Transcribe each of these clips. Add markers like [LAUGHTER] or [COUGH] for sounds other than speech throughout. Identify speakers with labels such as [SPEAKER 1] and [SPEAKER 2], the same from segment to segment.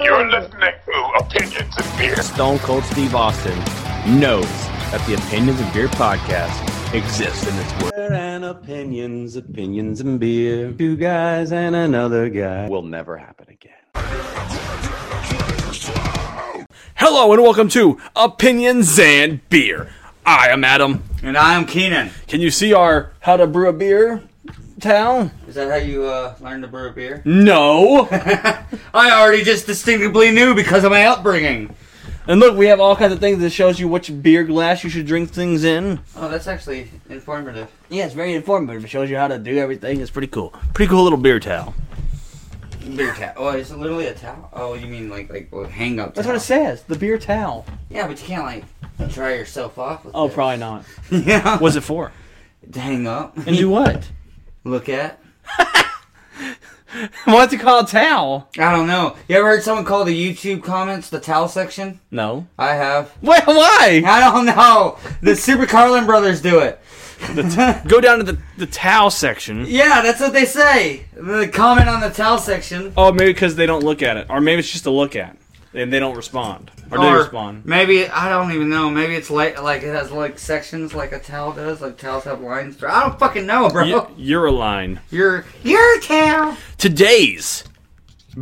[SPEAKER 1] You're listening to Opinions and Beer.
[SPEAKER 2] Stone Cold Steve Austin knows that the Opinions and Beer podcast exists in this world. And opinions, opinions and beer. Two guys and another guy will never happen again.
[SPEAKER 3] Hello and welcome to Opinions and Beer. I am Adam.
[SPEAKER 4] And I'm Keenan.
[SPEAKER 3] Can you see our how to brew a beer towel?
[SPEAKER 4] Is that how you uh, learned to brew a beer?
[SPEAKER 3] No.
[SPEAKER 4] I already just distinctively knew because of my upbringing.
[SPEAKER 3] and look, we have all kinds of things that shows you which beer glass you should drink things in.
[SPEAKER 4] Oh, that's actually informative.
[SPEAKER 3] Yeah, it's very informative. It shows you how to do everything. It's pretty cool. Pretty cool little beer towel.
[SPEAKER 4] Beer towel. Oh, is it literally a towel? Oh, you mean like like well, hang up?
[SPEAKER 3] That's what it says. The beer towel.
[SPEAKER 4] Yeah, but you can't like dry yourself off. With
[SPEAKER 3] Oh,
[SPEAKER 4] this.
[SPEAKER 3] probably not.
[SPEAKER 4] [LAUGHS] yeah.
[SPEAKER 3] What's it for?
[SPEAKER 4] To hang up.
[SPEAKER 3] And do what?
[SPEAKER 4] [LAUGHS] Look at.
[SPEAKER 3] [LAUGHS] What's it called towel?
[SPEAKER 4] I don't know. You ever heard someone call the YouTube comments the towel section?
[SPEAKER 3] No.
[SPEAKER 4] I have. [LAUGHS]
[SPEAKER 3] Well, why?
[SPEAKER 4] I don't know. The Super Carlin brothers do it.
[SPEAKER 3] Go down to the, the towel section.
[SPEAKER 4] Yeah, that's what they say. The comment on the towel section.
[SPEAKER 3] Oh, maybe because they don't look at it, or maybe it's just a look at, and they don't respond, or, they respond.
[SPEAKER 4] Maybe I don't even know. Maybe it's like like it has like sections like a towel does. Like towels have lines. through- I don't fucking know, bro.
[SPEAKER 3] Y- You're a line.
[SPEAKER 4] You're you're a towel.
[SPEAKER 3] Today's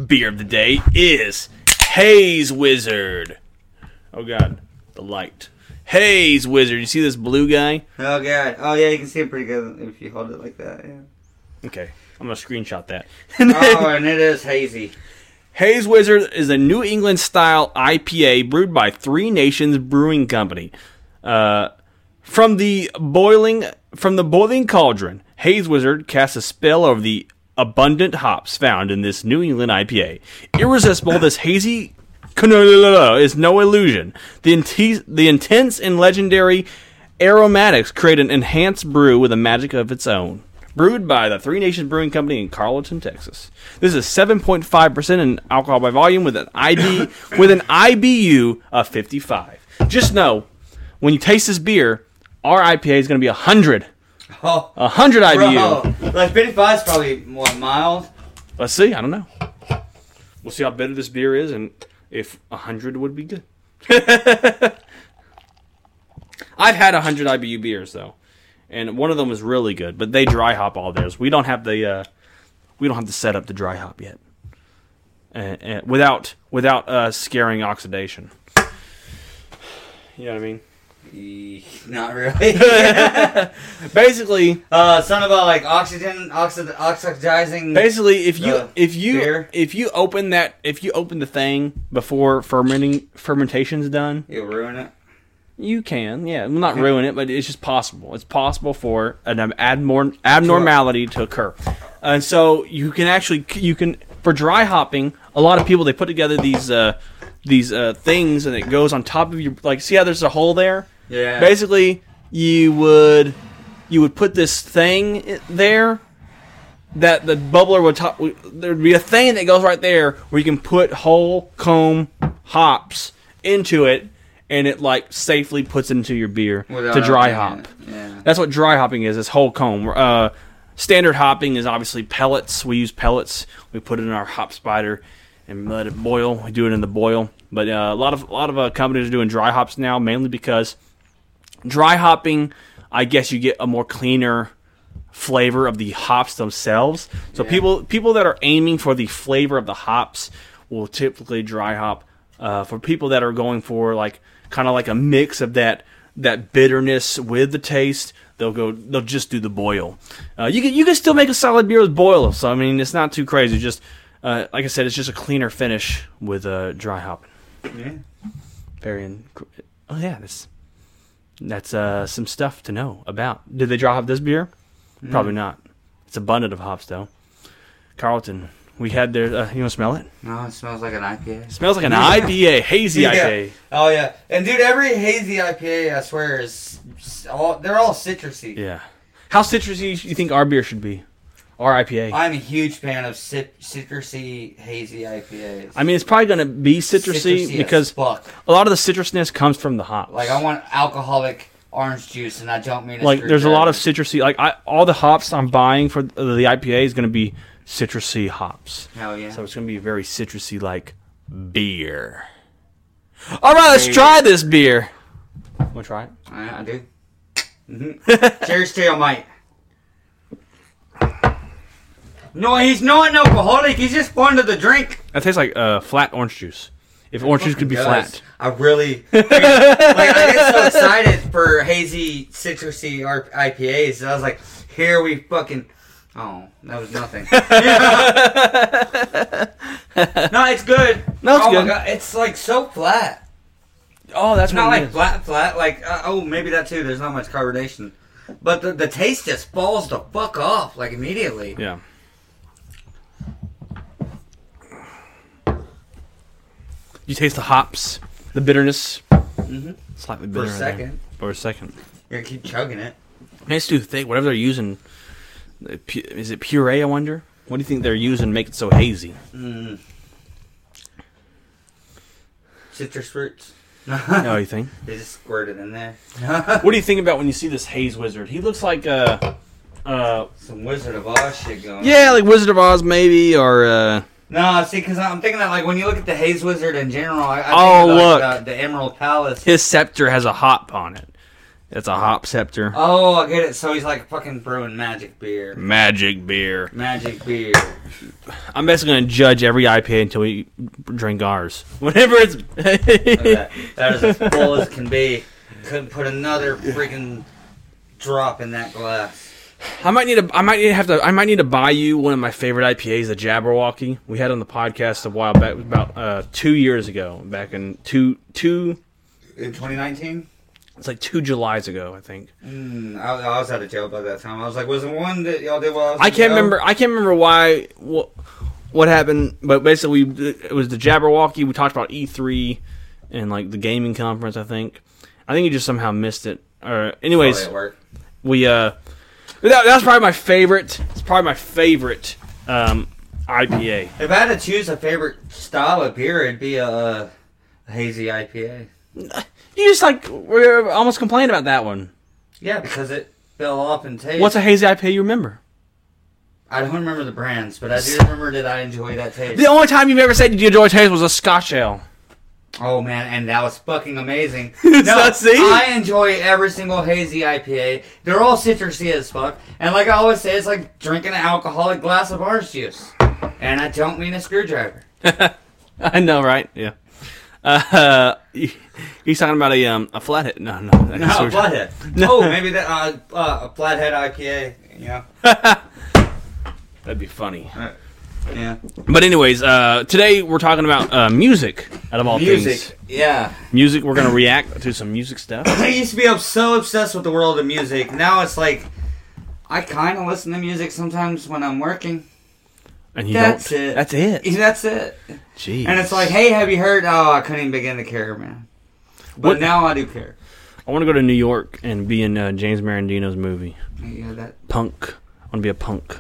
[SPEAKER 3] beer of the day is Haze Wizard. Oh God, the light. Haze Wizard. You see this blue guy?
[SPEAKER 4] Oh god. Oh yeah, you can see it pretty good if you hold it like
[SPEAKER 3] [LAUGHS]
[SPEAKER 4] that. Yeah.
[SPEAKER 3] Okay, I'm gonna screenshot that. [LAUGHS]
[SPEAKER 4] Oh, and it is hazy.
[SPEAKER 3] Haze Wizard is a New England style IPA brewed by Three Nations Brewing Company. Uh, from the boiling from the boiling cauldron, Haze Wizard casts a spell over the abundant hops found in this New England IPA. Irresistible, this hazy canola is no illusion. The, inti- the intense and legendary aromatics create an enhanced brew with a magic of its own. Brewed by the Three Nations Brewing Company in Carleton, Texas. This is 7.5% in alcohol by volume with an ID with an IBU of 55. Just know, when you taste this beer, our IPA is going to be 100.
[SPEAKER 4] Oh,
[SPEAKER 3] 100 IBU.
[SPEAKER 4] bro. Like 55 is probably what mild.
[SPEAKER 3] Let's see. I don't know. We'll see how bitter this beer is and if 100 would be good. [LAUGHS] I've had 100 IBU beers though. And one of them was really good, but they dry hop all theirs. We don't have the uh, we don't have the setup to dry hop yet. And, and without without uh, scaring oxidation. You know what I mean?
[SPEAKER 4] Eh,
[SPEAKER 3] [LAUGHS]
[SPEAKER 4] Not really.
[SPEAKER 3] Basically,
[SPEAKER 4] uh, something about like oxygen, oxid, oxidizing.
[SPEAKER 3] Basically, if you
[SPEAKER 4] the
[SPEAKER 3] if you
[SPEAKER 4] beer.
[SPEAKER 3] if you open that if you open the thing before fermenting fermentation's done,
[SPEAKER 4] You'll ruin it.
[SPEAKER 3] you can yeah, well, not ruin it, but it's just possible. It's possible for an abnorm- abnormality to occur, and so you can actually you can for dry hopping. A lot of people they put together these uh, these uh, things and it goes on top of your like see how there's a hole there.
[SPEAKER 4] Yeah.
[SPEAKER 3] Basically, you would you would put this thing i- there that the bubbler would top. There'd be a thing that goes right there where you can put whole comb hops into it, and it like safely puts into your beer
[SPEAKER 4] Without
[SPEAKER 3] to dry hop.
[SPEAKER 4] opening it, yeah.
[SPEAKER 3] That's what dry hopping is. Is whole comb. Uh, standard hopping is obviously pellets. We use pellets. We put it in our hop spider and let it boil. We do it in the boil. But uh, a lot of a lot of uh, companies are doing dry hops now, mainly because dry hopping, I guess you get a more cleaner flavor of the hops themselves. So people people that are aiming for the flavor of the hops will typically dry hop. Uh, for people that are going for like kind of like a mix of that that bitterness with the taste, they'll go they'll just do the boil. Uh, you can you can still make a solid beer with boil. So I mean it's not too crazy. Just uh, like I said, it's just a cleaner finish with uh, dry hopping.
[SPEAKER 4] Yeah.
[SPEAKER 3] Very. In- oh yeah, that's that's uh, some stuff to know about. Did they dry hop this beer? Probably
[SPEAKER 4] Mm.
[SPEAKER 3] not. It's abundant of hops though. Carlton, we had their. Uh, you want to smell it?
[SPEAKER 4] No, it smells like an IPA.
[SPEAKER 3] smells like an IPA, hazy IPA.
[SPEAKER 4] Oh yeah, and dude, every hazy IPA, I swear, is s- all they're all citrusy.
[SPEAKER 3] Yeah. How citrusy do you think our beer should be? Our IPA. I,
[SPEAKER 4] I'm a huge fan of cit- citrusy hazy IPAs.
[SPEAKER 3] mean, it's probably gonna be citrusy,
[SPEAKER 4] as
[SPEAKER 3] because
[SPEAKER 4] fuck.
[SPEAKER 3] a lot of the citrusness comes from the hops.
[SPEAKER 4] Like I want alcoholic orange juice, and I don't mean it's
[SPEAKER 3] like
[SPEAKER 4] fruit
[SPEAKER 3] there's a lot of
[SPEAKER 4] berry.
[SPEAKER 3] citrusy. Like I, all the hops I'm buying for the IPA is gonna be citrusy hops.
[SPEAKER 4] Hell yeah.
[SPEAKER 3] So it's going to be very citrusy like beer. All right, let's try this beer. Want to try it?
[SPEAKER 4] I, I do. hmm
[SPEAKER 3] [LAUGHS]
[SPEAKER 4] Cheers to you, mate. No, he's not an alcoholic. He's just fond of the drink.
[SPEAKER 3] That tastes like uh, flat orange juice. If orange juice could be flat.
[SPEAKER 4] I really,
[SPEAKER 3] [LAUGHS]
[SPEAKER 4] like, I get so excited for hazy, citrusy R- IPAs. I was like, here we fucking. Oh, that
[SPEAKER 3] [LAUGHS]
[SPEAKER 4] was nothing. no, it's good.
[SPEAKER 3] No, it's
[SPEAKER 4] oh
[SPEAKER 3] good.
[SPEAKER 4] My God. It's like so flat.
[SPEAKER 3] Oh, that's
[SPEAKER 4] It's not like flat, flat. Like, uh, oh, maybe that too. There's not much carbonation. But the, the taste just falls the fuck off, like, immediately.
[SPEAKER 3] Yeah. You taste the hops, the bitterness. Mm-hmm. Slightly
[SPEAKER 4] For
[SPEAKER 3] bitter. in
[SPEAKER 4] a
[SPEAKER 3] there.
[SPEAKER 4] second.
[SPEAKER 3] For a second.
[SPEAKER 4] You're gonna keep chugging it.
[SPEAKER 3] Man, it's too thick. Whatever they're using, uh, pu- is it puree? I wonder. What do you think they're using to make it so hazy? Mm-hmm.
[SPEAKER 4] Citrus fruits.
[SPEAKER 3] No, you think?
[SPEAKER 4] [LAUGHS] They just squirt it in
[SPEAKER 3] [LAUGHS]
[SPEAKER 4] there. [LAUGHS]
[SPEAKER 3] What do you think about when you see this haze wizard? He looks like uh, uh,
[SPEAKER 4] Some Wizard of Oz shit going.
[SPEAKER 3] yeah, like Wizard of Oz maybe, or uh,
[SPEAKER 4] No, see, because I'm thinking that like when you look at the Haze Wizard in general, I, I think
[SPEAKER 3] Oh,
[SPEAKER 4] of, like,
[SPEAKER 3] look.
[SPEAKER 4] the, the Emerald Palace.
[SPEAKER 3] his scepter has a hop on it. Uh, It's a hop scepter.
[SPEAKER 4] oh, I get it. So he's like fucking brewing magic beer.
[SPEAKER 3] Magic beer.
[SPEAKER 4] Magic beer.
[SPEAKER 3] I'm basically gonna judge every IPA until we drink ours. [LAUGHS] Whenever it's
[SPEAKER 4] Look at that. that is as full as can be. Couldn't put another freaking drop in that glass.
[SPEAKER 3] I might need to. I might need to have to. I might need to buy you one of my favorite IPAs, the Jabberwocky. We had on the podcast a while back, about uh, two years ago, back in two two.
[SPEAKER 4] In 2019,
[SPEAKER 3] It's like two Julys ago, I think.
[SPEAKER 4] mm, I, I was out of jail by that time. I was like, was it one that y'all did while I was?
[SPEAKER 3] I
[SPEAKER 4] in
[SPEAKER 3] can't
[SPEAKER 4] jail?
[SPEAKER 3] remember. I can't remember why what what happened, but basically we, it was the Jabberwocky. We talked about E3 and like the gaming conference. I think. I think you just somehow missed it. Or anyways,
[SPEAKER 4] Probably at work.
[SPEAKER 3] we uh that, that's probably my favorite it's probably my favorite um ipa
[SPEAKER 4] If I had to choose a favorite style of beer, it'd be a, uh, a hazy IPA.
[SPEAKER 3] you just like we're almost complained about that one
[SPEAKER 4] Yeah, because it fell off in taste.
[SPEAKER 3] what's a hazy ipa you remember
[SPEAKER 4] I don't remember the brands, but I do remember that I enjoy that taste.
[SPEAKER 3] the only time you've ever said you enjoy taste was a scotch ale
[SPEAKER 4] Oh man, and that was
[SPEAKER 3] [LAUGHS]
[SPEAKER 4] fucking amazing. No,
[SPEAKER 3] that see?
[SPEAKER 4] I enjoy every single hazy IPA. They're all citrusy as fuck, and like I always say, it's like drinking an alcoholic glass of orange juice. And I don't mean a
[SPEAKER 3] [LAUGHS]
[SPEAKER 4] screwdriver.
[SPEAKER 3] [LAUGHS] i know right yeah uh [LAUGHS] he- he's talking about a um a flathead no no that's
[SPEAKER 4] No,
[SPEAKER 3] what
[SPEAKER 4] a
[SPEAKER 3] we're-
[SPEAKER 4] flathead.
[SPEAKER 3] [LAUGHS] No.
[SPEAKER 4] Oh, maybe that uh, uh, a flathead IPA. Yeah,
[SPEAKER 3] that'd be funny
[SPEAKER 4] yeah.
[SPEAKER 3] but anyways uh today we're talking about uh music out of all things
[SPEAKER 4] Music. Yeah.
[SPEAKER 3] music we're gonna react to some music stuff
[SPEAKER 4] I used to be ob- so obsessed with the world of music. Now it's like I kind of listen to music sometimes when I'm working.
[SPEAKER 3] and you
[SPEAKER 4] That's
[SPEAKER 3] don't
[SPEAKER 4] it.
[SPEAKER 3] that's it
[SPEAKER 4] [LAUGHS] That's it.
[SPEAKER 3] Jeez.
[SPEAKER 4] And it's like, hey, have you heard? Oh, I couldn't even begin to care, man. But
[SPEAKER 3] What-
[SPEAKER 4] now I do care.
[SPEAKER 3] I want to go to New York and be in uh, James Marandino's movie.
[SPEAKER 4] Yeah, that
[SPEAKER 3] Punk. I want to be a punk.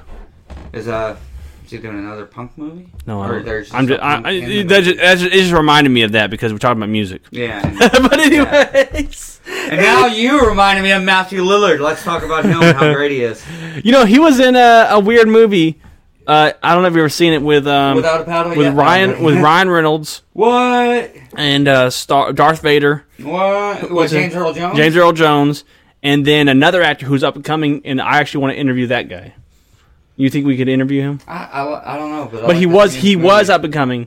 [SPEAKER 4] is uh, is he doing another punk movie?
[SPEAKER 3] No, I
[SPEAKER 4] Or
[SPEAKER 3] don't.
[SPEAKER 4] there's
[SPEAKER 3] I'm
[SPEAKER 4] just
[SPEAKER 3] just.
[SPEAKER 4] a
[SPEAKER 3] I,
[SPEAKER 4] punk
[SPEAKER 3] I,
[SPEAKER 4] in the
[SPEAKER 3] that just, that just, it just reminded me of that because we're talking about music.
[SPEAKER 4] Yeah.
[SPEAKER 3] [LAUGHS] but anyways,
[SPEAKER 4] and now you reminded me of Matthew Lillard. Let's talk about him and how great he is.
[SPEAKER 3] you know he was in a, a weird movie. Uh, I don't know if you have ever seen it with [LAUGHS] um
[SPEAKER 4] Without a paddle.
[SPEAKER 3] with
[SPEAKER 4] yeah. [LAUGHS]
[SPEAKER 3] Ryan with Ryan Reynolds
[SPEAKER 4] What?
[SPEAKER 3] and uh, Star, Darth Vader,
[SPEAKER 4] What? What?
[SPEAKER 3] What's it?
[SPEAKER 4] James Earl Jones.
[SPEAKER 3] James Earl Jones, and then another actor who's up and coming. And I actually want to interview that guy. You think we could interview him?
[SPEAKER 4] I, I, I don't know, but, I
[SPEAKER 3] but
[SPEAKER 4] like
[SPEAKER 3] he
[SPEAKER 4] that
[SPEAKER 3] was
[SPEAKER 4] James
[SPEAKER 3] he
[SPEAKER 4] movie.
[SPEAKER 3] was up and coming,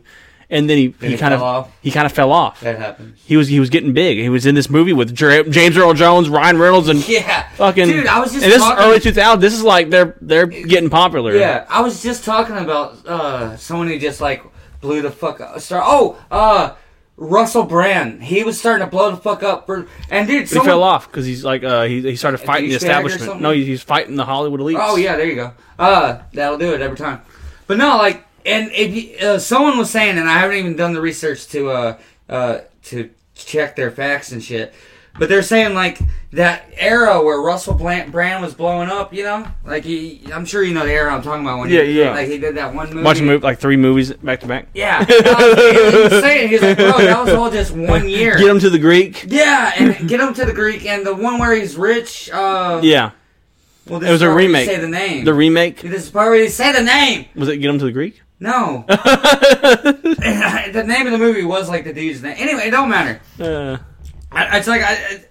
[SPEAKER 3] and then he, he,
[SPEAKER 4] he
[SPEAKER 3] kind of
[SPEAKER 4] fell off?
[SPEAKER 3] he kind of fell off.
[SPEAKER 4] That happened.
[SPEAKER 3] He was he was getting big. He was in this movie with Jer- James Earl Jones, Ryan Reynolds, and
[SPEAKER 4] [LAUGHS] Yeah,
[SPEAKER 3] fucking
[SPEAKER 4] dude. I was just
[SPEAKER 3] and this
[SPEAKER 4] talking,
[SPEAKER 3] is early 2000. This is like they're they're getting popular.
[SPEAKER 4] Yeah, I was just talking about uh, someone who just like blew the fuck up. Star- oh, uh, Russell Brand. He was starting to blow the fuck up for and
[SPEAKER 3] But
[SPEAKER 4] dude.
[SPEAKER 3] he
[SPEAKER 4] Someone,
[SPEAKER 3] fell off because he's like uh, he he started fighting the
[SPEAKER 4] douchebag or
[SPEAKER 3] establishment.
[SPEAKER 4] something?
[SPEAKER 3] No, he- he's fighting the Hollywood elites.
[SPEAKER 4] Oh yeah, there you go. Uh, that'll do it every time. But no, like, and if you, uh, someone was saying, and I haven't even done the research to uh, uh, to check their facts and shit, but they're saying like that era where Russell Brand, Brand was blowing up. You know, like he, I'm sure you know the era I'm talking about. When he-
[SPEAKER 3] Yeah, yeah.
[SPEAKER 4] Like he did that one movie.
[SPEAKER 3] Watch a movie like three movies back to back. [LAUGHS]
[SPEAKER 4] Yeah, that was insane. He's like, bro, that was all just one year.
[SPEAKER 3] Get him to the Greek.
[SPEAKER 4] Yeah, and get him to the Greek and the one where he's rich. Uh,
[SPEAKER 3] Yeah,
[SPEAKER 4] well, this
[SPEAKER 3] it was
[SPEAKER 4] is
[SPEAKER 3] a
[SPEAKER 4] already
[SPEAKER 3] remake.
[SPEAKER 4] Say the name.
[SPEAKER 3] The remake
[SPEAKER 4] This is already say the name.
[SPEAKER 3] was it? Get him to the Greek.
[SPEAKER 4] No. [LAUGHS] the name of the movie was like the dude's name. Anyway, it don't matter.
[SPEAKER 3] Uh,
[SPEAKER 4] I, it's like I, I,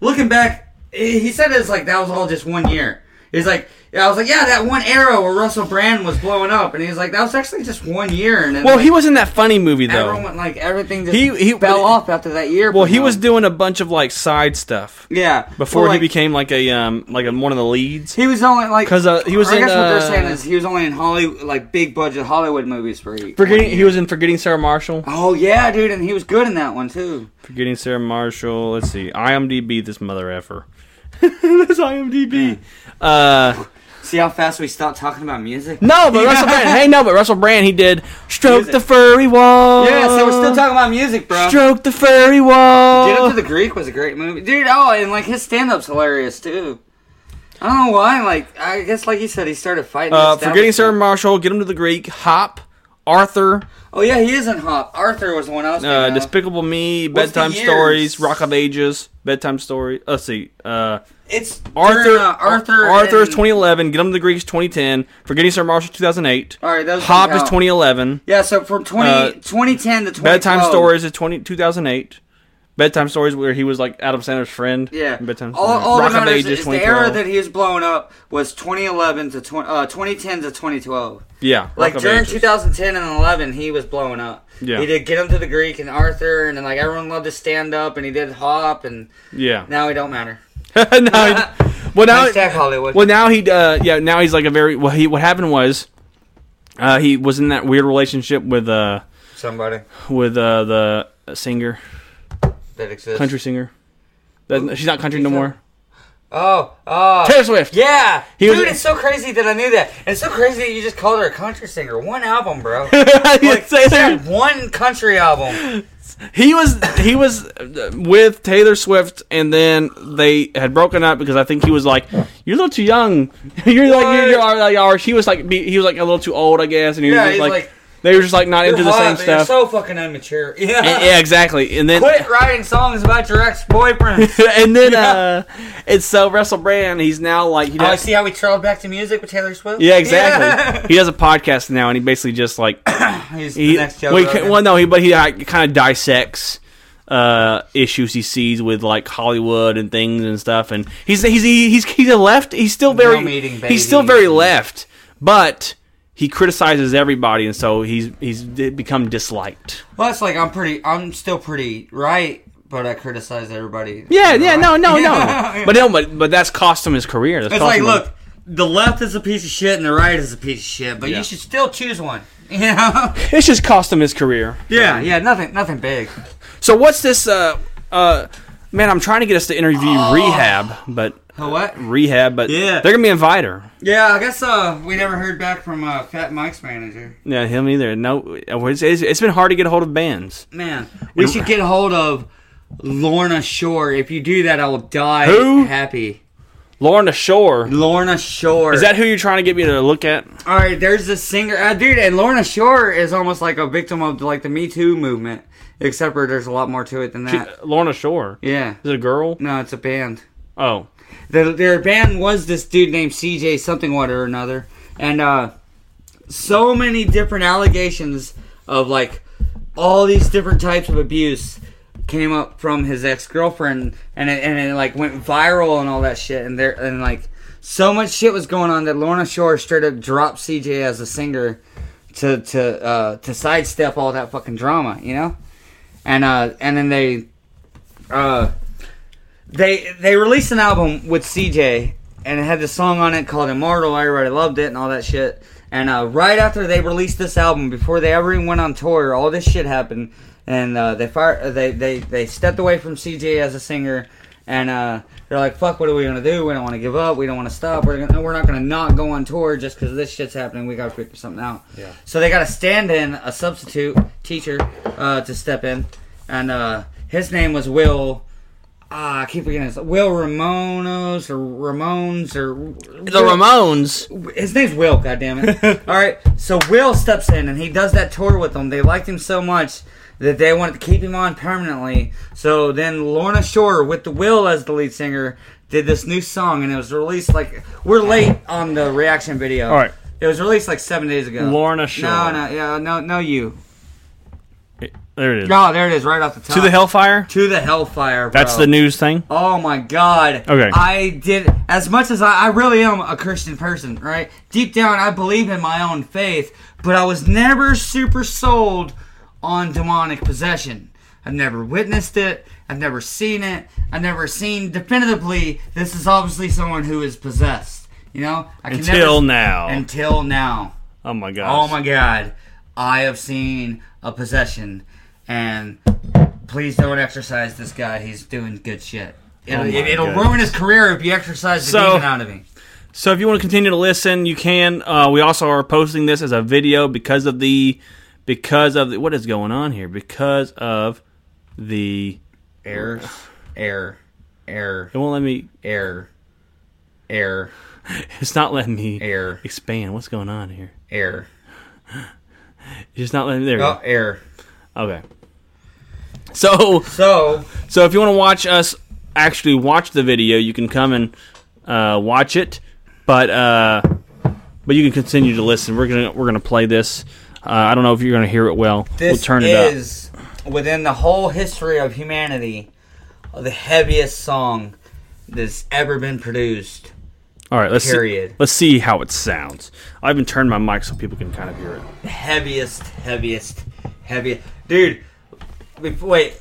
[SPEAKER 4] looking back, he he said it's like that was all just one year. He's like, I was like, yeah, that one era where Russell Brand was blowing up, and he's like, that was actually just one year. [LAUGHS] And then,
[SPEAKER 3] well,
[SPEAKER 4] like,
[SPEAKER 3] he was in that funny movie though.
[SPEAKER 4] everyone like everything just
[SPEAKER 3] He- he-
[SPEAKER 4] fell off after that year.
[SPEAKER 3] well,
[SPEAKER 4] pretty
[SPEAKER 3] he was
[SPEAKER 4] much.
[SPEAKER 3] doing a bunch of like side stuff
[SPEAKER 4] yeah
[SPEAKER 3] before
[SPEAKER 4] Well,
[SPEAKER 3] he
[SPEAKER 4] like,
[SPEAKER 3] became like a um like a, one of the leads.
[SPEAKER 4] He was only like
[SPEAKER 3] 'Cause, uh, he was
[SPEAKER 4] I
[SPEAKER 3] in,
[SPEAKER 4] guess what they're
[SPEAKER 3] uh,
[SPEAKER 4] saying is he was only in Hollywood, like big budget Hollywood movies for. He,
[SPEAKER 3] Forgetting he was in Forgetting Sarah Marshall.
[SPEAKER 4] Oh yeah, dude, and he was good in that one too.
[SPEAKER 3] Forgetting Sarah Marshall. Let's see. IMDb this mother effer. [LAUGHS] That's IMDb. Uh,
[SPEAKER 4] See how fast we stopped talking about music?
[SPEAKER 3] no,
[SPEAKER 4] [LAUGHS]
[SPEAKER 3] but Russell Brand. Hey, no, but Russell Brand. He did stroke
[SPEAKER 4] Music.
[SPEAKER 3] the furry wall.
[SPEAKER 4] Yeah, so we're still talking about music, bro.
[SPEAKER 3] Stroke the furry wall.
[SPEAKER 4] Get Up to the Greek was a great movie, dude. Oh, and like his stand-up's hilarious too. I don't know why. Like I guess, like you said, he started fighting.
[SPEAKER 3] uh,
[SPEAKER 4] the
[SPEAKER 3] forgetting Sarah
[SPEAKER 4] establishment.
[SPEAKER 3] Marshall. Get him to the Greek. Hop. Arthur.
[SPEAKER 4] Oh yeah, he is in Hop. Arthur was the one I was.
[SPEAKER 3] Uh,
[SPEAKER 4] thinking of.
[SPEAKER 3] Despicable Me.
[SPEAKER 4] What's the
[SPEAKER 3] Bedtime
[SPEAKER 4] years?
[SPEAKER 3] stories. Rock of Ages. Bedtime story. Let's see. Uh,
[SPEAKER 4] it's
[SPEAKER 3] Arthur.
[SPEAKER 4] during, uh, Arthur.
[SPEAKER 3] Arthur is
[SPEAKER 4] and-
[SPEAKER 3] 2011. Get him to the Greek is 2010. Forgetting Sarah Marshall 2008.
[SPEAKER 4] All right, those
[SPEAKER 3] Hop
[SPEAKER 4] don't
[SPEAKER 3] is
[SPEAKER 4] count.
[SPEAKER 3] 2011.
[SPEAKER 4] Yeah, so from 20,
[SPEAKER 3] Uh,
[SPEAKER 4] 2010 to 2012.
[SPEAKER 3] Bedtime Stories is 20, 2008. Bedtime Stories where he was like Adam Sandler's friend.
[SPEAKER 4] Yeah,
[SPEAKER 3] And Bedtime
[SPEAKER 4] all, all
[SPEAKER 3] Rock
[SPEAKER 4] that
[SPEAKER 3] of
[SPEAKER 4] matters
[SPEAKER 3] Ages
[SPEAKER 4] is the era
[SPEAKER 3] 2012.
[SPEAKER 4] that he was blowing up was 2011 to 20, uh, 2010 to 2012.
[SPEAKER 3] Yeah.
[SPEAKER 4] Like
[SPEAKER 3] Rock of
[SPEAKER 4] during
[SPEAKER 3] Ages.
[SPEAKER 4] 2010 and 11, he was blowing up.
[SPEAKER 3] Yeah.
[SPEAKER 4] he did get him to the Greek and Arthur, and then like everyone loved his stand up, and he did Hop, and
[SPEAKER 3] Yeah. [LAUGHS]
[SPEAKER 4] now he don't matter.
[SPEAKER 3] now he, well now
[SPEAKER 4] Hashtag Hollywood.
[SPEAKER 3] well now he uh yeah now he's like a very well he what happened was uh he was in that weird relationship with uh
[SPEAKER 4] Somebody
[SPEAKER 3] with uh the singer
[SPEAKER 4] that exists.
[SPEAKER 3] country singer that, she's not country no
[SPEAKER 4] Who's
[SPEAKER 3] more
[SPEAKER 4] Oh, oh.
[SPEAKER 3] Taylor Swift [LAUGHS]
[SPEAKER 4] yeah,
[SPEAKER 3] He was-
[SPEAKER 4] dude, it's so crazy that I knew that. And it's so crazy that you just called her a country singer. One
[SPEAKER 3] [LAUGHS]
[SPEAKER 4] album, bro. Like, she had one country album.
[SPEAKER 3] he was he was uh, with Taylor Swift, and then they had broken up because I think he was like, "You're a little too young. [LAUGHS] you're like you're, you're already like or she was like be, he was like a little too old, I guess." And he
[SPEAKER 4] Yeah,
[SPEAKER 3] was just
[SPEAKER 4] he's
[SPEAKER 3] like,
[SPEAKER 4] like,
[SPEAKER 3] they were just like not
[SPEAKER 4] You're
[SPEAKER 3] into the same
[SPEAKER 4] hot, but You're
[SPEAKER 3] stuff.
[SPEAKER 4] so fucking immature. [LAUGHS] Yeah.
[SPEAKER 3] And- yeah, exactly. And then
[SPEAKER 4] Quit writing songs about your ex boyfriend.
[SPEAKER 3] [LAUGHS] and then uh, it's so Russell Brand. He's now like he
[SPEAKER 4] oh, I
[SPEAKER 3] does,
[SPEAKER 4] see how we trailed back to music with Taylor
[SPEAKER 3] [LAUGHS]
[SPEAKER 4] Swift.
[SPEAKER 3] yeah, exactly. He does a podcast now, and he basically just like
[SPEAKER 4] Yeah. [LAUGHS] He's
[SPEAKER 3] he,
[SPEAKER 4] the next Joe
[SPEAKER 3] well, he
[SPEAKER 4] Rogan.
[SPEAKER 3] ca- well, no, he but he kind of dissects uh, issues he sees with like Hollywood and things and stuff, and he's he's he, he's he's a left. He's still very
[SPEAKER 4] meeting
[SPEAKER 3] he's still very
[SPEAKER 4] babies.
[SPEAKER 3] left, but he criticizes everybody, and so he's he's d- become disliked.
[SPEAKER 4] Well, that's like I'm pretty. I'm still pretty right, but I criticize everybody.
[SPEAKER 3] Yeah, yeah, no, [LAUGHS] no, no.
[SPEAKER 4] Yeah.
[SPEAKER 3] But no, but but that's cost him his career. That's
[SPEAKER 4] It's
[SPEAKER 3] cost
[SPEAKER 4] like,
[SPEAKER 3] him-
[SPEAKER 4] look, the left is a piece of shit and the right is a piece of shit, but
[SPEAKER 3] Yeah.
[SPEAKER 4] you should still choose one. [LAUGHS] You know?
[SPEAKER 3] it's just cost him his career.
[SPEAKER 4] Yeah, yeah, nothing, nothing big.
[SPEAKER 3] So what's this? Uh, uh, man, I'm trying to get us to interview Rehab, but
[SPEAKER 4] Oh, what?
[SPEAKER 3] Rehab, but
[SPEAKER 4] Oh. Yeah.
[SPEAKER 3] they're gonna be inviter.
[SPEAKER 4] Yeah, I guess uh, we never heard back from uh, Fat Mike's manager.
[SPEAKER 3] Yeah, him either. No, it's, it's, it's been hard to get a hold of bands.
[SPEAKER 4] Man, we should get a hold of Lorna Shore. If you do that, I will die
[SPEAKER 3] Who?
[SPEAKER 4] happy.
[SPEAKER 3] Lorna Shore.
[SPEAKER 4] Lorna Shore.
[SPEAKER 3] Is that who you're trying to get me to look at?
[SPEAKER 4] all right? There's this singer, uh, dude, and Lorna Shore is almost like a victim of like the Me Too movement, except for there's a lot more to it than that.
[SPEAKER 3] Lorna Shore.
[SPEAKER 4] yeah.
[SPEAKER 3] Is it a girl?
[SPEAKER 4] No, it's a band.
[SPEAKER 3] Oh.
[SPEAKER 4] their, their band was this dude named CJ something what or another, and uh, so many different allegations of like all these different types of abuse came up from his ex girlfriend, and it, and it like went viral and all that shit, and there and like so much shit was going on that Lorna Shore straight up dropped CJ as a singer to to uh, to sidestep all that fucking drama, you know, and uh, and then they. Uh, they they released an album with CJ and it had this song on it called Immortal. Everybody loved it and all that shit. And uh, right after they released this album, before they ever even went on tour, all this shit happened. And uh, they fired. They, they they stepped away from CJ as a singer, and uh, they're like, "Fuck, what are we gonna do? We don't want to give up. We don't want to stop. We're gonna, we're not gonna not go on tour just because this shit's happening. We gotta figure something out." Yeah. So they got a stand-in, a substitute teacher, uh, to step in, and uh, his name was Will. Ah, I keep forgetting his Will Ramonos or Ramones or
[SPEAKER 3] The Ramones.
[SPEAKER 4] his name's Will. God damn it! All right, so Will steps in and he does that tour with them. They liked him so much that they wanted to keep him on permanently. So then Lorna Shore, with the Will as the lead singer, did this new song and it was released like we're late on the reaction video.
[SPEAKER 3] All right.
[SPEAKER 4] It was released like seven days ago.
[SPEAKER 3] Lorna Shore.
[SPEAKER 4] No, no, yeah, no, no, you.
[SPEAKER 3] There it is.
[SPEAKER 4] Oh, there it is, right off the top.
[SPEAKER 3] To the Hellfire.
[SPEAKER 4] To the hellfire. Bro.
[SPEAKER 3] That's the news thing.
[SPEAKER 4] Oh my god.
[SPEAKER 3] Okay.
[SPEAKER 4] I did as much as I, I really am a Christian person, right? Deep down I believe in my own faith, but I was never super sold on demonic possession. I've never witnessed it, I've never seen it, I've never seen definitively this is obviously someone who is possessed. You know? I can
[SPEAKER 3] Until now.
[SPEAKER 4] Until now.
[SPEAKER 3] oh my gosh.
[SPEAKER 4] Oh my god. I have seen a possession and please don't exercise this guy. He's doing good shit. It'll,
[SPEAKER 3] my
[SPEAKER 4] it, will
[SPEAKER 3] goodness.
[SPEAKER 4] ruin his career if you exercise the
[SPEAKER 3] So-
[SPEAKER 4] demon out of him.
[SPEAKER 3] So if you want to continue to listen, you can. Uh, we also are posting this as a video because of the because of the, what is going on here because of the
[SPEAKER 4] Air, air, air,
[SPEAKER 3] it won't let me [LAUGHS]
[SPEAKER 4] air, air,
[SPEAKER 3] it's not letting me
[SPEAKER 4] air,
[SPEAKER 3] expand what's going on here
[SPEAKER 4] air.
[SPEAKER 3] it's just not letting there we
[SPEAKER 4] Oh,
[SPEAKER 3] go.
[SPEAKER 4] air.
[SPEAKER 3] okay so
[SPEAKER 4] So,
[SPEAKER 3] so if you want to watch us actually watch the video you can come and uh, watch it but uh, but you can continue to listen we're gonna we're gonna play this uh, I don't know if you're gonna hear it well
[SPEAKER 4] this
[SPEAKER 3] we'll turn it up
[SPEAKER 4] is within the whole history of humanity the heaviest song that's ever been produced.
[SPEAKER 3] all right let's see-
[SPEAKER 4] Period.
[SPEAKER 3] Let's see how it sounds. I haven't turned my mic so people can kind of hear it.
[SPEAKER 4] heaviest, heaviest, heaviest. Dude, bef- wait.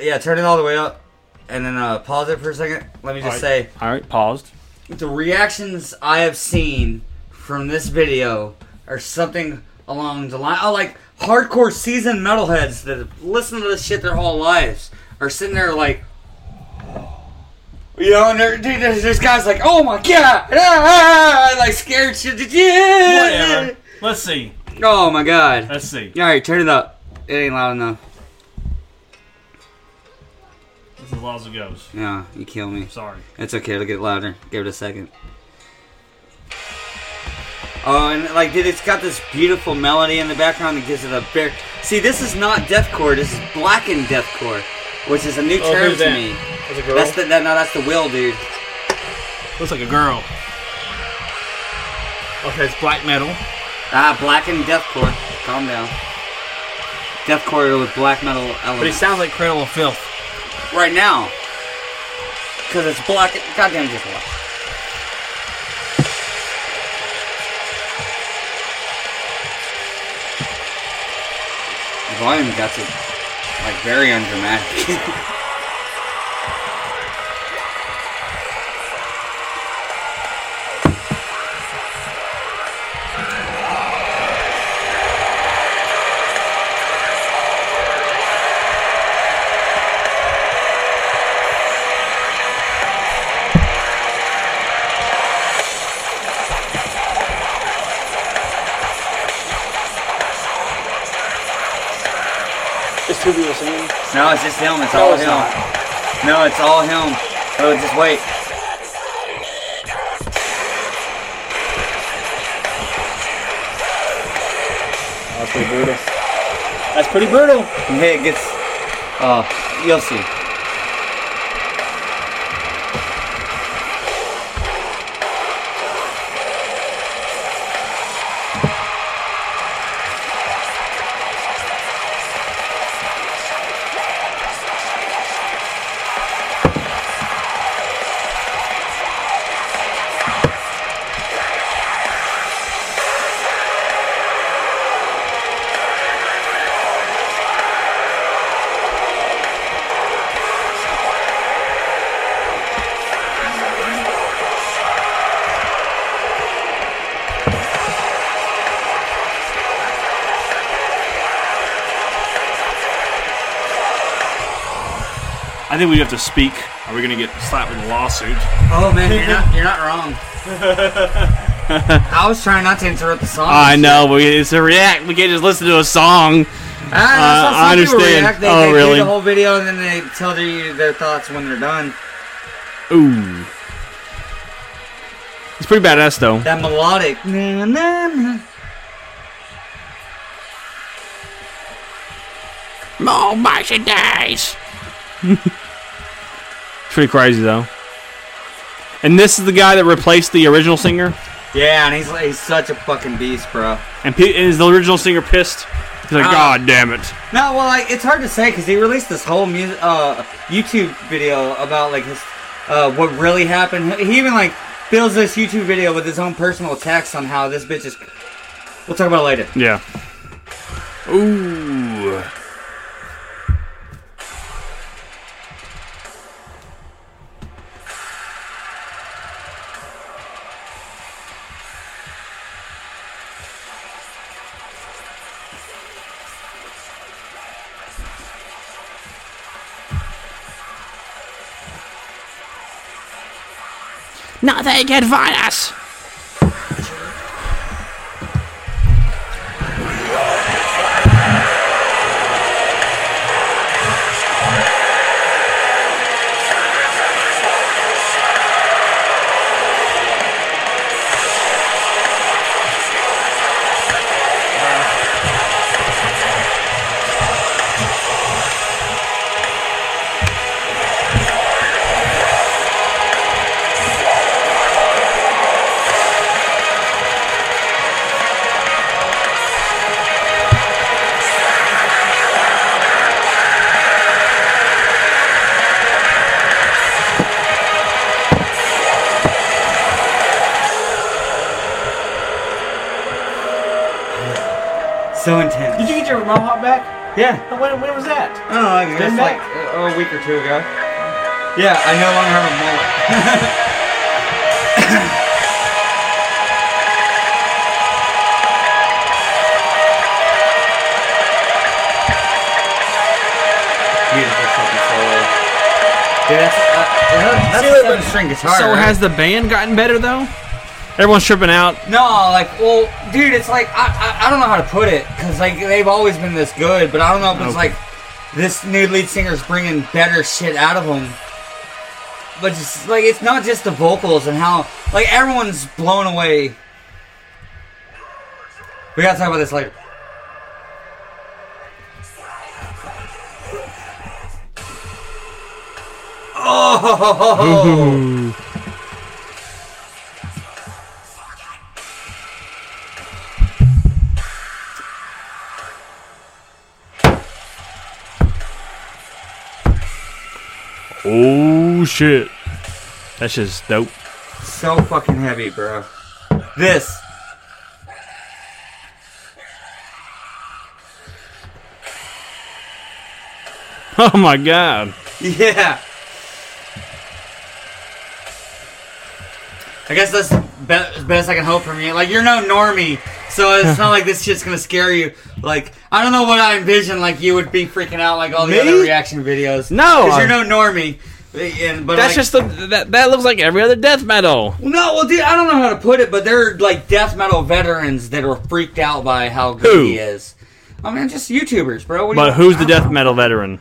[SPEAKER 4] Yeah, turn it all the way up, and then uh, pause it for a second. Let me just say
[SPEAKER 3] All right, paused.
[SPEAKER 4] the reactions I have seen from this video are something along the line. Oh, like hardcore seasoned metalheads that have listened to this shit their whole lives are sitting there like. You know, and they're- dude, there's, there's guys like, oh my god, ah, ah," like scared shit. [LAUGHS]
[SPEAKER 3] Whatever. Let's see.
[SPEAKER 4] Oh my god.
[SPEAKER 3] Let's see.
[SPEAKER 4] All right, turn it up. It ain't loud enough.
[SPEAKER 3] This is as loud as it goes.
[SPEAKER 4] No, you kill me.
[SPEAKER 3] Sorry.
[SPEAKER 4] It's okay. It'll get louder. Give it a second. Oh, and like, dude, it's got this beautiful melody in the background that gives it a big. See, this is not deathcore. This is blackened deathcore, which is a new
[SPEAKER 3] Oh,
[SPEAKER 4] term
[SPEAKER 3] who's
[SPEAKER 4] to
[SPEAKER 3] that?
[SPEAKER 4] me.
[SPEAKER 3] That's a girl.
[SPEAKER 4] That's the that, no, that's the will, dude.
[SPEAKER 3] Looks like a girl. Okay, it's black metal.
[SPEAKER 4] Ah, blackened deathcore. Calm down. Deathcore with black metal
[SPEAKER 3] But it
[SPEAKER 4] elements.
[SPEAKER 3] sounds like Cradle of Filth.
[SPEAKER 4] right now. Because it's black. Goddamn, just watch. The volume got to, like, very undramatic. [LAUGHS]
[SPEAKER 2] It's two people singing.
[SPEAKER 4] no, it's just him. It's all
[SPEAKER 2] it's
[SPEAKER 4] him.
[SPEAKER 2] not.
[SPEAKER 4] No, it's all him. Oh, just wait.
[SPEAKER 2] That's pretty brutal. That's pretty brutal.
[SPEAKER 4] Hey, it gets. Uh, you'll see.
[SPEAKER 3] I think we have to speak. Are we going to get slapped with a lawsuit?
[SPEAKER 4] Oh man, you're not you're not wrong. [LAUGHS] I was trying not to interrupt the song.
[SPEAKER 3] I know, but it's a react. We can't just listen to a song. Uh, I
[SPEAKER 4] I, know, some people
[SPEAKER 3] understand.
[SPEAKER 4] React. They,
[SPEAKER 3] Oh,
[SPEAKER 4] they
[SPEAKER 3] really?
[SPEAKER 4] Do the whole video and then they tell you their thoughts when they're done.
[SPEAKER 3] Ooh. It's pretty badass, though.
[SPEAKER 4] That melodic. Na, na, na.
[SPEAKER 3] More merchandise. it's pretty crazy though. And this is the guy that replaced the original singer.
[SPEAKER 4] Yeah, and he's he's such a fucking beast, bro.
[SPEAKER 3] And P- is the original singer pissed? He's like,
[SPEAKER 4] Uh,
[SPEAKER 3] God damn it.
[SPEAKER 4] No, well, like, it's hard to say because he released this whole music, uh, YouTube video about like his uh, what really happened. He even like fills this YouTube video with his own personal attacks on how this bitch is. We'll talk about it later.
[SPEAKER 3] Yeah. Ooh. Now they can find us.
[SPEAKER 4] So intense.
[SPEAKER 2] Did you get your mohawk back?
[SPEAKER 4] Yeah.
[SPEAKER 2] When, when was that?
[SPEAKER 4] Oh, I guess
[SPEAKER 2] Been
[SPEAKER 4] like uh,
[SPEAKER 2] back?
[SPEAKER 4] a a week or two ago. Yeah, I no longer have a [LAUGHS] mullet. Beautiful fucking solo. Dude, that's, uh, that's a seven string guitar.
[SPEAKER 3] So
[SPEAKER 4] right?
[SPEAKER 3] has the band gotten better though? Everyone's tripping out.
[SPEAKER 4] No, like, well, dude, it's like I, I, I don't know how to put it because like they've always been this good, but I don't know if it's
[SPEAKER 3] Okay.
[SPEAKER 4] like this new lead singer's bringing better shit out of them. But just like it's not just the vocals and how like everyone's blown away. We gotta talk about this later. Oh,
[SPEAKER 3] Oh shit. That's just dope. [LAUGHS]
[SPEAKER 4] so fucking heavy, bro. This.
[SPEAKER 3] Oh my god.
[SPEAKER 4] Yeah. I guess that's be- best I can hope from you. Like you're no normie, so it's not like this shit's gonna scare you. Like I don't know what I envisioned. Like you would be freaking out like all the
[SPEAKER 3] Me?
[SPEAKER 4] other reaction videos.
[SPEAKER 3] No,
[SPEAKER 4] because you're no
[SPEAKER 3] I'm-
[SPEAKER 4] normie. And, but
[SPEAKER 3] That's
[SPEAKER 4] like-
[SPEAKER 3] just the, that that looks like every other death metal.
[SPEAKER 4] no. Well, dude, I don't know how to put it, but they're like death metal veterans that are freaked out by how good
[SPEAKER 3] Who?
[SPEAKER 4] he is. I mean, just YouTubers, bro. What do
[SPEAKER 3] But
[SPEAKER 4] you-
[SPEAKER 3] who's the
[SPEAKER 4] I-
[SPEAKER 3] death metal veteran?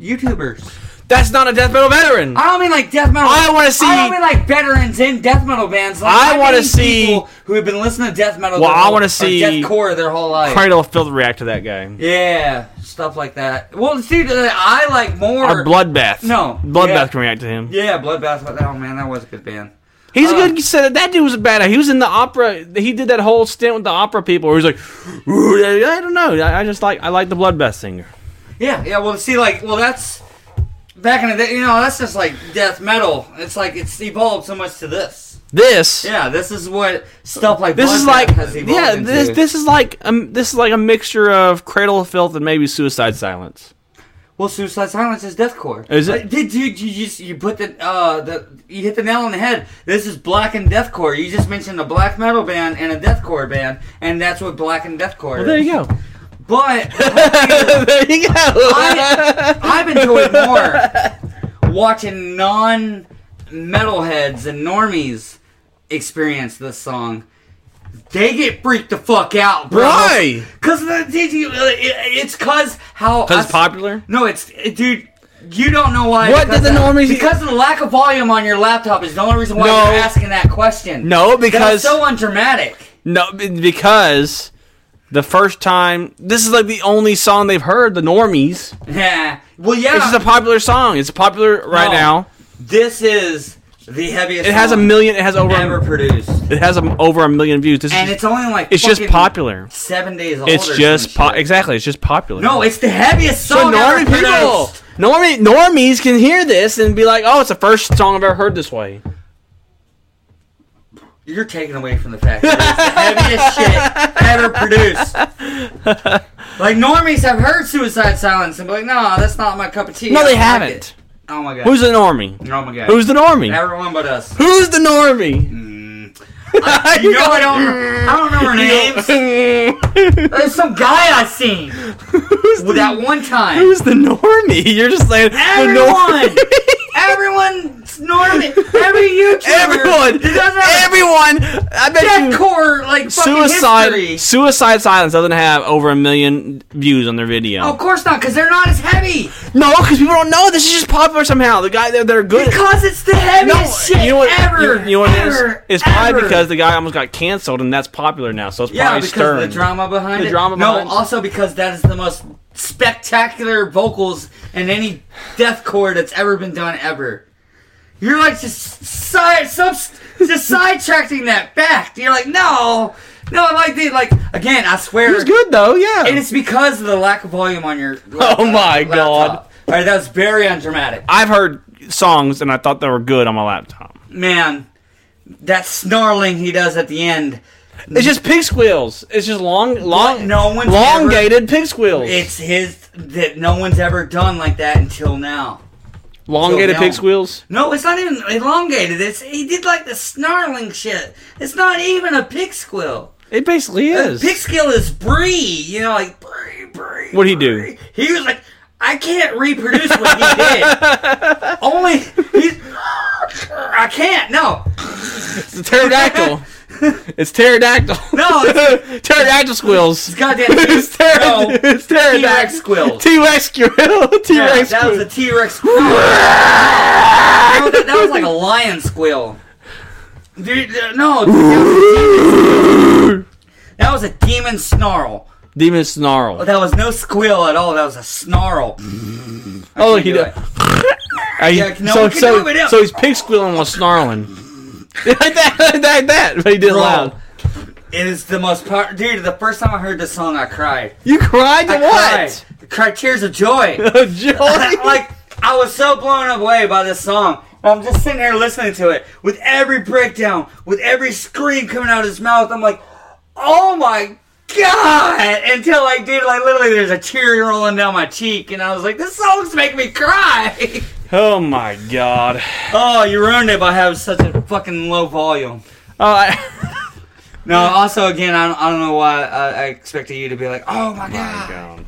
[SPEAKER 4] YouTubers?
[SPEAKER 3] That's not a death metal veteran.
[SPEAKER 4] I don't mean like death metal.
[SPEAKER 3] I wanna see-
[SPEAKER 4] I don't mean like veterans in death metal bands. Like,
[SPEAKER 3] I
[SPEAKER 4] how
[SPEAKER 3] wanna
[SPEAKER 4] many
[SPEAKER 3] see-
[SPEAKER 4] people who have been listening to death metal.
[SPEAKER 3] Well,
[SPEAKER 4] their
[SPEAKER 3] I
[SPEAKER 4] whole-
[SPEAKER 3] wanna
[SPEAKER 4] or
[SPEAKER 3] see-
[SPEAKER 4] deathcore their whole life.
[SPEAKER 3] Cradle of Filth react to that guy.
[SPEAKER 4] yeah, stuff like that. Well, see, uh, I like more.
[SPEAKER 3] Or Bloodbath.
[SPEAKER 4] No,
[SPEAKER 3] Bloodbath
[SPEAKER 4] yeah.
[SPEAKER 3] can react to him.
[SPEAKER 4] Yeah, Bloodbath. but- Oh man, that was a good band.
[SPEAKER 3] He's a
[SPEAKER 4] Uh,
[SPEAKER 3] good. He said that dude was a bad. He was in the opera. He did that whole stint with the opera people. Where he's like, "Ooh, I I don't know. I, I just like I like the Bloodbath singer.
[SPEAKER 4] Yeah, yeah. Well, see, like, well, that's back in the day. You know, that's just like death metal. It's like it's evolved so much to this.
[SPEAKER 3] This.
[SPEAKER 4] Yeah, this is what stuff like
[SPEAKER 3] This is
[SPEAKER 4] Bloodbath
[SPEAKER 3] like
[SPEAKER 4] has evolved
[SPEAKER 3] yeah. This
[SPEAKER 4] into.
[SPEAKER 3] this is like um, this is like a mixture of Cradle of Filth and maybe Suicide Silence.
[SPEAKER 4] Well, Suicide Silence is deathcore.
[SPEAKER 3] Is it?
[SPEAKER 4] Uh, Dude, dude, you just you put the uh the you hit the nail on the head. This is black and deathcore. You just mentioned a black metal band and a deathcore band, and that's what black and deathcore
[SPEAKER 3] Well, there
[SPEAKER 4] is.
[SPEAKER 3] you
[SPEAKER 4] [LAUGHS]
[SPEAKER 3] go.
[SPEAKER 4] But
[SPEAKER 3] there you go.
[SPEAKER 4] I, I've enjoyed more watching non metalheads and normies experience this song. They get freaked the fuck out, bro.
[SPEAKER 3] Why?
[SPEAKER 4] Cause the, did you, uh, it, it's cause how
[SPEAKER 3] Because
[SPEAKER 4] I-
[SPEAKER 3] popular.
[SPEAKER 4] no, it's it- dude. You don't know why.
[SPEAKER 3] What
[SPEAKER 4] because
[SPEAKER 3] did the
[SPEAKER 4] of-
[SPEAKER 3] normies-
[SPEAKER 4] Because of the lack of volume on your laptop is the only reason why
[SPEAKER 3] No.
[SPEAKER 4] you're asking that question.
[SPEAKER 3] No,
[SPEAKER 4] that's
[SPEAKER 3] because
[SPEAKER 4] so undramatic. [LAUGHS]
[SPEAKER 3] no, be- because the first time this is like the only song they've heard. The normies.
[SPEAKER 4] Yeah. well, yeah.
[SPEAKER 3] This is a popular song. It's popular right
[SPEAKER 4] No.
[SPEAKER 3] now.
[SPEAKER 4] this is the heaviest.
[SPEAKER 3] It has a
[SPEAKER 4] one
[SPEAKER 3] million. It has over.
[SPEAKER 4] ever produced,
[SPEAKER 3] It has a, over a million views. This
[SPEAKER 4] and
[SPEAKER 3] is,
[SPEAKER 4] it's only like
[SPEAKER 3] it's just
[SPEAKER 4] fucking
[SPEAKER 3] popular.
[SPEAKER 4] Seven days old.
[SPEAKER 3] It's
[SPEAKER 4] or
[SPEAKER 3] just
[SPEAKER 4] some
[SPEAKER 3] po-
[SPEAKER 4] shit.
[SPEAKER 3] exactly. It's just popular.
[SPEAKER 4] No, it's the heaviest
[SPEAKER 3] so
[SPEAKER 4] song
[SPEAKER 3] normie
[SPEAKER 4] ever
[SPEAKER 3] people,
[SPEAKER 4] produced.
[SPEAKER 3] normie normies can hear this and be like, "Oh, it's the first song I've ever heard this way."
[SPEAKER 4] You're taking away from the fact that it's the heaviest shit ever
[SPEAKER 3] [LAUGHS]
[SPEAKER 4] produced. Like normies have heard "Suicide Silence" and be like, "No, that's not my cup of tea."
[SPEAKER 3] no,
[SPEAKER 4] I
[SPEAKER 3] they
[SPEAKER 4] don't like
[SPEAKER 3] haven't.
[SPEAKER 4] it." Oh my god.
[SPEAKER 3] Who's the normie?
[SPEAKER 4] Oh my god.
[SPEAKER 3] Who's the normie?
[SPEAKER 4] Everyone
[SPEAKER 3] [LAUGHS]
[SPEAKER 4] but us.
[SPEAKER 3] Who's the normie? [LAUGHS]
[SPEAKER 4] You know I don't. I don't know her names. There's some guy I seen
[SPEAKER 3] who's,
[SPEAKER 4] with that
[SPEAKER 3] the,
[SPEAKER 4] one
[SPEAKER 3] [LAUGHS]
[SPEAKER 4] time.
[SPEAKER 3] who's the normie? [LAUGHS] You're just like
[SPEAKER 4] Everyone!
[SPEAKER 3] The normie.
[SPEAKER 4] Everyone's normie. [LAUGHS] Every YouTuber.
[SPEAKER 3] Everyone,
[SPEAKER 4] It doesn't have
[SPEAKER 3] everyone. I bet
[SPEAKER 4] a
[SPEAKER 3] you.
[SPEAKER 4] deadcore like fucking
[SPEAKER 3] Suicide
[SPEAKER 4] history.
[SPEAKER 3] Suicide Silence doesn't have over a million views on their video.
[SPEAKER 4] Of course not, because they're not
[SPEAKER 3] [LAUGHS]
[SPEAKER 4] as heavy.
[SPEAKER 3] No, because people don't know. This is just popular somehow. The guy, they're, they're good.
[SPEAKER 4] Because it's the heaviest shit
[SPEAKER 3] you know what,
[SPEAKER 4] ever.
[SPEAKER 3] You, you know what it
[SPEAKER 4] ever,
[SPEAKER 3] is? It's probably
[SPEAKER 4] ever.
[SPEAKER 3] because the guy almost got canceled, and that's popular now. So it's
[SPEAKER 4] yeah,
[SPEAKER 3] probably
[SPEAKER 4] because
[SPEAKER 3] stirring.
[SPEAKER 4] of the drama behind
[SPEAKER 3] The
[SPEAKER 4] it.
[SPEAKER 3] drama
[SPEAKER 4] no,
[SPEAKER 3] behind it.
[SPEAKER 4] also because that is the most spectacular vocals in any deathcore that's ever been done ever. You're like just side, sub, just sidetracking that fact. You're like, no, no, I like the like again. I swear,
[SPEAKER 3] It was good though. Yeah.
[SPEAKER 4] and it's because of the lack of volume on your.
[SPEAKER 3] [LAUGHS] Oh my God.
[SPEAKER 4] All right, that was very undramatic,
[SPEAKER 3] I've heard songs, and I thought they were good on my laptop.
[SPEAKER 4] man. That snarling he does at the end.
[SPEAKER 3] It's just pig squeals. It's just long, long,
[SPEAKER 4] No one's
[SPEAKER 3] elongated pig squeals.
[SPEAKER 4] It's his that no one's ever done like that until now.
[SPEAKER 3] elongated
[SPEAKER 4] so
[SPEAKER 3] pig
[SPEAKER 4] now-
[SPEAKER 3] squeals.
[SPEAKER 4] No, it's not even elongated. It's he did like the snarling shit. It's not even a pig squeal.
[SPEAKER 3] It basically is.
[SPEAKER 4] Uh, Pig squeal is Bree, you know, like Bree, Bree.
[SPEAKER 3] What'd he do?
[SPEAKER 4] Bree. He was like, I can't reproduce what he did.
[SPEAKER 3] [LAUGHS]
[SPEAKER 4] Only he's. I can't. No,
[SPEAKER 3] It's
[SPEAKER 4] [LAUGHS]
[SPEAKER 3] pterodactyl. it's pterodactyl. [LAUGHS]
[SPEAKER 4] No,
[SPEAKER 3] pterodactyl squeals. It's
[SPEAKER 4] goddamn-
[SPEAKER 3] it's, pter- [LAUGHS]
[SPEAKER 4] no.
[SPEAKER 3] it's
[SPEAKER 4] T-Rex
[SPEAKER 3] pterodactyl.
[SPEAKER 4] squeal.
[SPEAKER 3] T-Rex squeal. [LAUGHS]
[SPEAKER 4] Yeah,
[SPEAKER 3] T-Rex
[SPEAKER 4] that
[SPEAKER 3] squeal.
[SPEAKER 4] was a T
[SPEAKER 3] [LAUGHS]
[SPEAKER 4] Rex squeal. that, was, that was like a lion squeal. Dude, uh, no, that was a demon snarl.
[SPEAKER 3] Demon snarl.
[SPEAKER 4] That was no squeal at all. That was a snarl.
[SPEAKER 3] Oh,
[SPEAKER 4] can't
[SPEAKER 3] he
[SPEAKER 4] do
[SPEAKER 3] does.
[SPEAKER 4] it. Yeah, no
[SPEAKER 3] so,
[SPEAKER 4] one can
[SPEAKER 3] so,
[SPEAKER 4] do it, yeah.
[SPEAKER 3] so he's pig squealing while snarling. [LAUGHS] like that, like that, like that. But he did it
[SPEAKER 4] Bro.
[SPEAKER 3] loud.
[SPEAKER 4] It is the most power. Dude, the first time I heard this song, I cried.
[SPEAKER 3] You cried to
[SPEAKER 4] I
[SPEAKER 3] what?
[SPEAKER 4] Cried. cried tears of joy.
[SPEAKER 3] [LAUGHS] Oh, Joy.
[SPEAKER 4] [LAUGHS] like I was so blown away by this song. I'm just sitting here listening to it with every breakdown, with every scream coming out of his mouth. I'm like, oh my god! Until like, dude, like literally, there's a tear rolling down my cheek, and I was like, this song's making me cry. [LAUGHS]
[SPEAKER 3] oh my god.
[SPEAKER 4] oh, you ruined it by having such a fucking low volume.
[SPEAKER 3] Oh, I,
[SPEAKER 4] [LAUGHS] No, also again, I don't, I don't know why I, I expected you to be like, oh my god.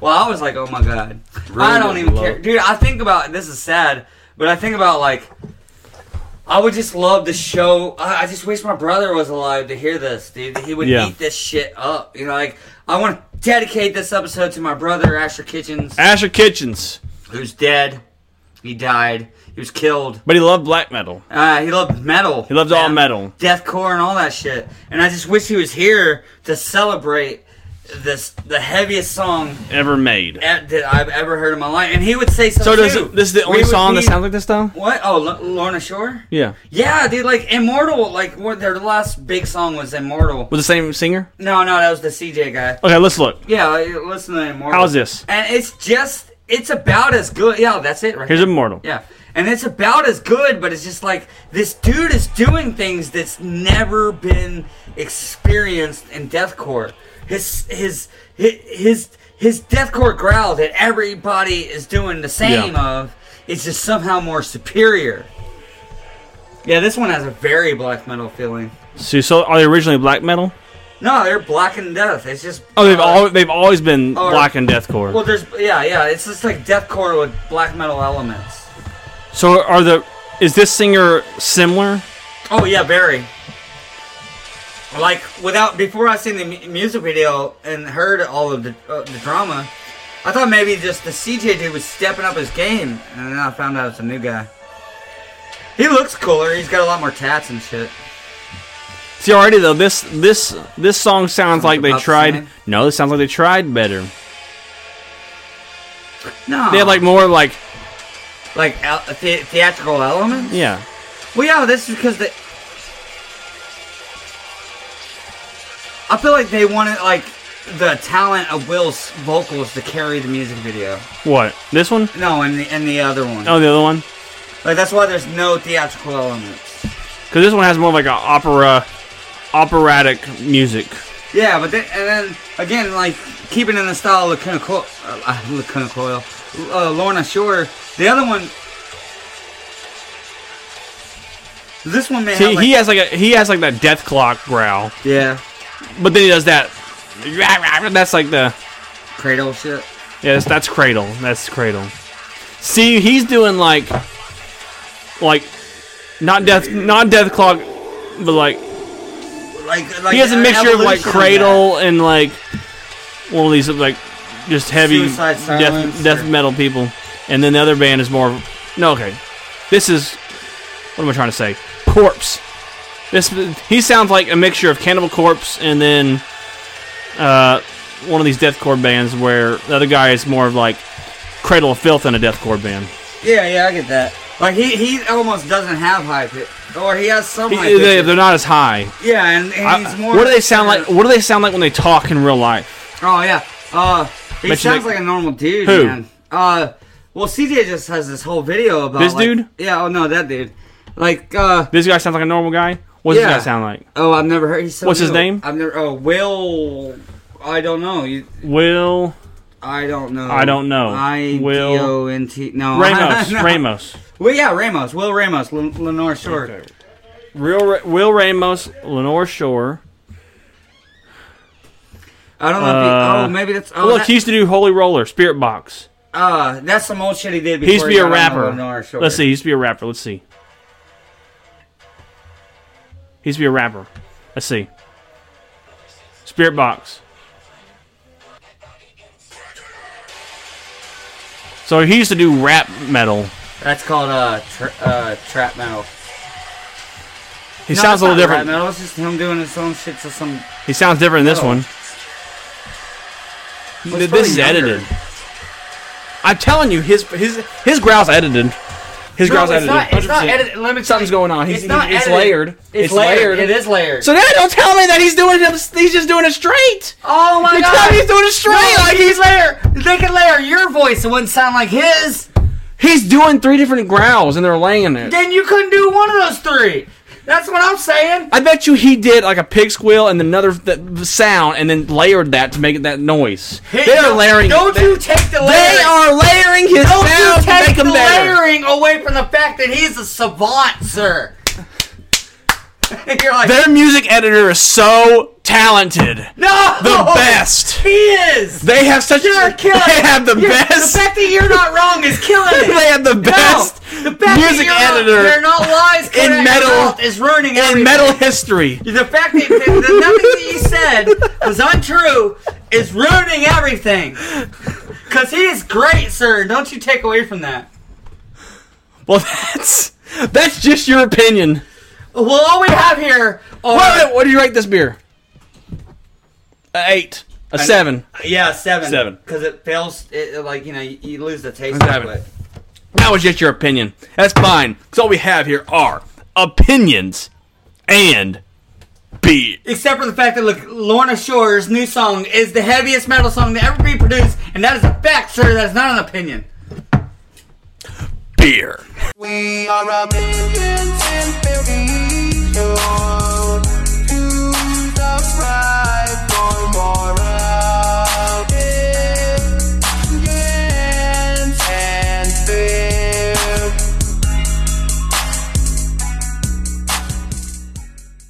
[SPEAKER 4] Well, I was like, oh my god, I don't
[SPEAKER 3] it,
[SPEAKER 4] even
[SPEAKER 3] love.
[SPEAKER 4] care, dude. I think about this is sad, but I think about like, I would just love to show. I, I just wish my brother was alive to hear this, dude. He would
[SPEAKER 3] Yeah.
[SPEAKER 4] eat this shit up, you know. Like, I want to dedicate this episode to my brother Asher Kitchens,
[SPEAKER 3] Asher Kitchens,
[SPEAKER 4] who's dead. He died. He was killed.
[SPEAKER 3] but he loved black metal.
[SPEAKER 4] Uh, he loved metal.
[SPEAKER 3] He loved all metal.
[SPEAKER 4] deathcore, and all that shit. And I just wish he was here to celebrate this the heaviest song
[SPEAKER 3] Ever made.
[SPEAKER 4] at, e-, that I've ever heard in my life. And he would say so.
[SPEAKER 3] So does
[SPEAKER 4] too.
[SPEAKER 3] it, this is the
[SPEAKER 4] We
[SPEAKER 3] only
[SPEAKER 4] would
[SPEAKER 3] song
[SPEAKER 4] be-
[SPEAKER 3] that sounds like this though?
[SPEAKER 4] What? Oh, L- Lorna Shore?
[SPEAKER 3] Yeah.
[SPEAKER 4] Yeah, dude, like Immortal, like what their last big song was Immortal.
[SPEAKER 3] With the same singer?
[SPEAKER 4] No, no, that was the CJ guy.
[SPEAKER 3] Okay, let's look.
[SPEAKER 4] Yeah, like, listen to Immortal.
[SPEAKER 3] How's this?
[SPEAKER 4] And it's just, it's about as good. Yeah, that's it right
[SPEAKER 3] Here's
[SPEAKER 4] there.
[SPEAKER 3] Immortal.
[SPEAKER 4] Yeah. And it's about as good, but it's just like this dude is doing things that's never been experienced in deathcore. His his his his, his deathcore growl that everybody is doing the same
[SPEAKER 3] Yeah.
[SPEAKER 4] of is just somehow more superior. Yeah, this one has a very black metal feeling.
[SPEAKER 3] So, so are they originally black metal?
[SPEAKER 4] No, they're black and death. It's just
[SPEAKER 3] Oh, they've
[SPEAKER 4] uh,
[SPEAKER 3] all they've always been
[SPEAKER 4] or-
[SPEAKER 3] black and deathcore.
[SPEAKER 4] well, there's yeah, yeah. It's just like deathcore with black metal elements.
[SPEAKER 3] so are the is this singer similar?
[SPEAKER 4] Oh yeah, very. Like without before I seen the mu- music video and heard all of the uh, the drama, I thought maybe just the CJ dude was stepping up his game, and then I found out it's a new guy. He looks cooler. He's got a lot more tats and shit.
[SPEAKER 3] See already though this this this song sounds like they
[SPEAKER 4] about the
[SPEAKER 3] tried
[SPEAKER 4] same.
[SPEAKER 3] no, this sounds like they tried better.
[SPEAKER 4] No,
[SPEAKER 3] They had like more like
[SPEAKER 4] like el- the- theatrical elements.
[SPEAKER 3] yeah.
[SPEAKER 4] Well, yeah, this is because they. I feel like they wanted like the talent of Will's vocals to carry the music video.
[SPEAKER 3] What? This one?
[SPEAKER 4] No, and the and the other one.
[SPEAKER 3] Oh, the other one?
[SPEAKER 4] Like that's why there's no theatrical elements.
[SPEAKER 3] Because this one has more like a opera, operatic music.
[SPEAKER 4] Yeah, but then, and then again, like keeping in the style of Lacuna Coil, uh, uh, Lacuna Coil, uh, Lorna Shore. The other one, this one may
[SPEAKER 3] See,
[SPEAKER 4] have like,
[SPEAKER 3] he has like a he has like that death clock growl,
[SPEAKER 4] yeah,
[SPEAKER 3] but then he does that. That's like the
[SPEAKER 4] cradle shit.
[SPEAKER 3] yeah. That's, that's cradle. That's cradle. See, he's doing like like not death not death clock, but like
[SPEAKER 4] Like, like
[SPEAKER 3] he has a
[SPEAKER 4] an
[SPEAKER 3] mixture of like
[SPEAKER 4] evolution that.
[SPEAKER 3] cradle and like one of these like just heavy
[SPEAKER 4] Suicide Silence
[SPEAKER 3] death, death
[SPEAKER 4] or-
[SPEAKER 3] metal people, and then the other band is more. No, okay, this is what am I trying to say? Corpse. This he sounds like a mixture of Cannibal Corpse and then uh, one of these deathcore bands where the other guy is more of like Cradle of Filth and a deathcore band.
[SPEAKER 4] Yeah, yeah, I get that. Like he, he almost doesn't have high pitch, or he has some
[SPEAKER 3] He-
[SPEAKER 4] high
[SPEAKER 3] they,
[SPEAKER 4] pitch.
[SPEAKER 3] they're not as high.
[SPEAKER 4] Yeah, and, and he's
[SPEAKER 3] I-
[SPEAKER 4] more.
[SPEAKER 3] what do they sound like? What do they sound like when they talk in real life?
[SPEAKER 4] Oh yeah, uh, he
[SPEAKER 3] Bet you
[SPEAKER 4] sounds
[SPEAKER 3] they-
[SPEAKER 4] like a normal dude,
[SPEAKER 3] Who?
[SPEAKER 4] man. Uh, well, CJ just has this whole video about
[SPEAKER 3] This
[SPEAKER 4] like-
[SPEAKER 3] dude?
[SPEAKER 4] Yeah, oh no, that dude. Like, uh,
[SPEAKER 3] This guy sounds like a normal guy. What does
[SPEAKER 4] Yeah.
[SPEAKER 3] this guy sound like?
[SPEAKER 4] oh, I've never heard. He's so
[SPEAKER 3] What's his
[SPEAKER 4] new.
[SPEAKER 3] name?
[SPEAKER 4] I've never. Oh, Will. I don't know. You,
[SPEAKER 3] Will
[SPEAKER 4] I don't know.
[SPEAKER 3] I don't know.
[SPEAKER 4] I
[SPEAKER 3] Will-
[SPEAKER 4] D O N T. No. [LAUGHS]
[SPEAKER 3] Ramos.
[SPEAKER 4] No.
[SPEAKER 3] Ramos.
[SPEAKER 4] Well, yeah, Ramos. Will Ramos. L- Lenore Short.
[SPEAKER 3] Real Ra- Will Ramos. Lenore Shore.
[SPEAKER 4] I don't know. if he,
[SPEAKER 3] Uh,
[SPEAKER 4] oh, maybe that's. Oh,
[SPEAKER 3] Well, Look,
[SPEAKER 4] that-
[SPEAKER 3] he used to do Holy Roller, Spirit Box.
[SPEAKER 4] Uh, that's some old shit he did before
[SPEAKER 3] He used to be a
[SPEAKER 4] got on the
[SPEAKER 3] rapper.
[SPEAKER 4] Lenore Shore.
[SPEAKER 3] Let's see, he used to be a rapper. Let's see. He used to be a rapper. Let's see. Spirit Box. So he used to do rap metal.
[SPEAKER 4] That's called uh, tra- uh trap metal.
[SPEAKER 3] He
[SPEAKER 4] No,
[SPEAKER 3] sounds a
[SPEAKER 4] it's
[SPEAKER 3] little
[SPEAKER 4] not
[SPEAKER 3] different.
[SPEAKER 4] Rap metal. It's just him doing his own shit to some.
[SPEAKER 3] He sounds different in this
[SPEAKER 4] Oh.
[SPEAKER 3] one.
[SPEAKER 4] Well,
[SPEAKER 3] Th-
[SPEAKER 4] it's
[SPEAKER 3] this is
[SPEAKER 4] probably younger.
[SPEAKER 3] edited. I'm telling you, his his his growl's edited. His
[SPEAKER 4] No,
[SPEAKER 3] growl's
[SPEAKER 4] it's
[SPEAKER 3] edited.
[SPEAKER 4] not. It's not
[SPEAKER 3] 100%.
[SPEAKER 4] edited. Let me.
[SPEAKER 3] Something's going on. He's,
[SPEAKER 4] It's not.
[SPEAKER 3] It's
[SPEAKER 4] edited.
[SPEAKER 3] layered.
[SPEAKER 4] It's, layered. It is layered.
[SPEAKER 3] So now don't tell me that he's doing it. He's just doing it straight.
[SPEAKER 4] oh my
[SPEAKER 3] You're
[SPEAKER 4] god.
[SPEAKER 3] telling me he's doing it straight.
[SPEAKER 4] No,
[SPEAKER 3] like he's
[SPEAKER 4] layer. They can layer your voice. It wouldn't sound like his.
[SPEAKER 3] he's doing three different growls and they're laying it.
[SPEAKER 4] Then you couldn't do one of those three. That's what I'm saying.
[SPEAKER 3] I bet you he did like a pig squeal and another th- sound and then layered that to make it that noise.
[SPEAKER 4] Hey,
[SPEAKER 3] They're
[SPEAKER 4] don't-
[SPEAKER 3] layering.
[SPEAKER 4] Don't you take the layering.
[SPEAKER 3] They are layering his
[SPEAKER 4] Don't you
[SPEAKER 3] sound to
[SPEAKER 4] take
[SPEAKER 3] make
[SPEAKER 4] the
[SPEAKER 3] him better.
[SPEAKER 4] layering away from the fact that he's a savant, sir. [LAUGHS] You're like
[SPEAKER 3] Their music editor is so talented.
[SPEAKER 4] no.
[SPEAKER 3] The best.
[SPEAKER 4] He is.
[SPEAKER 3] They have such.
[SPEAKER 4] You're
[SPEAKER 3] They
[SPEAKER 4] killing.
[SPEAKER 3] have the
[SPEAKER 4] you're-
[SPEAKER 3] best.
[SPEAKER 4] The fact that you're not wrong is killing
[SPEAKER 3] [LAUGHS]
[SPEAKER 4] it.
[SPEAKER 3] They have [LAUGHS] the
[SPEAKER 4] No,
[SPEAKER 3] best
[SPEAKER 4] the fact
[SPEAKER 3] music
[SPEAKER 4] that you're
[SPEAKER 3] editor
[SPEAKER 4] Not, they're not lies. correct, or
[SPEAKER 3] metal-
[SPEAKER 4] not is ruining everything.
[SPEAKER 3] in metal history.
[SPEAKER 4] The fact that, that, that nothing that you said was untrue is ruining everything. Cause he is great, sir. Don't you take away from that.
[SPEAKER 3] Well, [LAUGHS] that's that's just your opinion.
[SPEAKER 4] Well, all we have here are
[SPEAKER 3] What, what do you rate this beer? A eight, a seven.
[SPEAKER 4] yeah seven,
[SPEAKER 3] Seven.
[SPEAKER 4] Cause it fails. It, like you know, you, you lose the taste.
[SPEAKER 3] Seven.
[SPEAKER 4] Of it.
[SPEAKER 3] That was just your opinion. That's fine. Because all we have here are opinions and beer.
[SPEAKER 4] Except for the fact that look, Lorna Shore's new song is the heaviest metal song to ever be produced, and that is a fact, sir. That is not an opinion.
[SPEAKER 3] Beer.
[SPEAKER 5] We are a million and billion.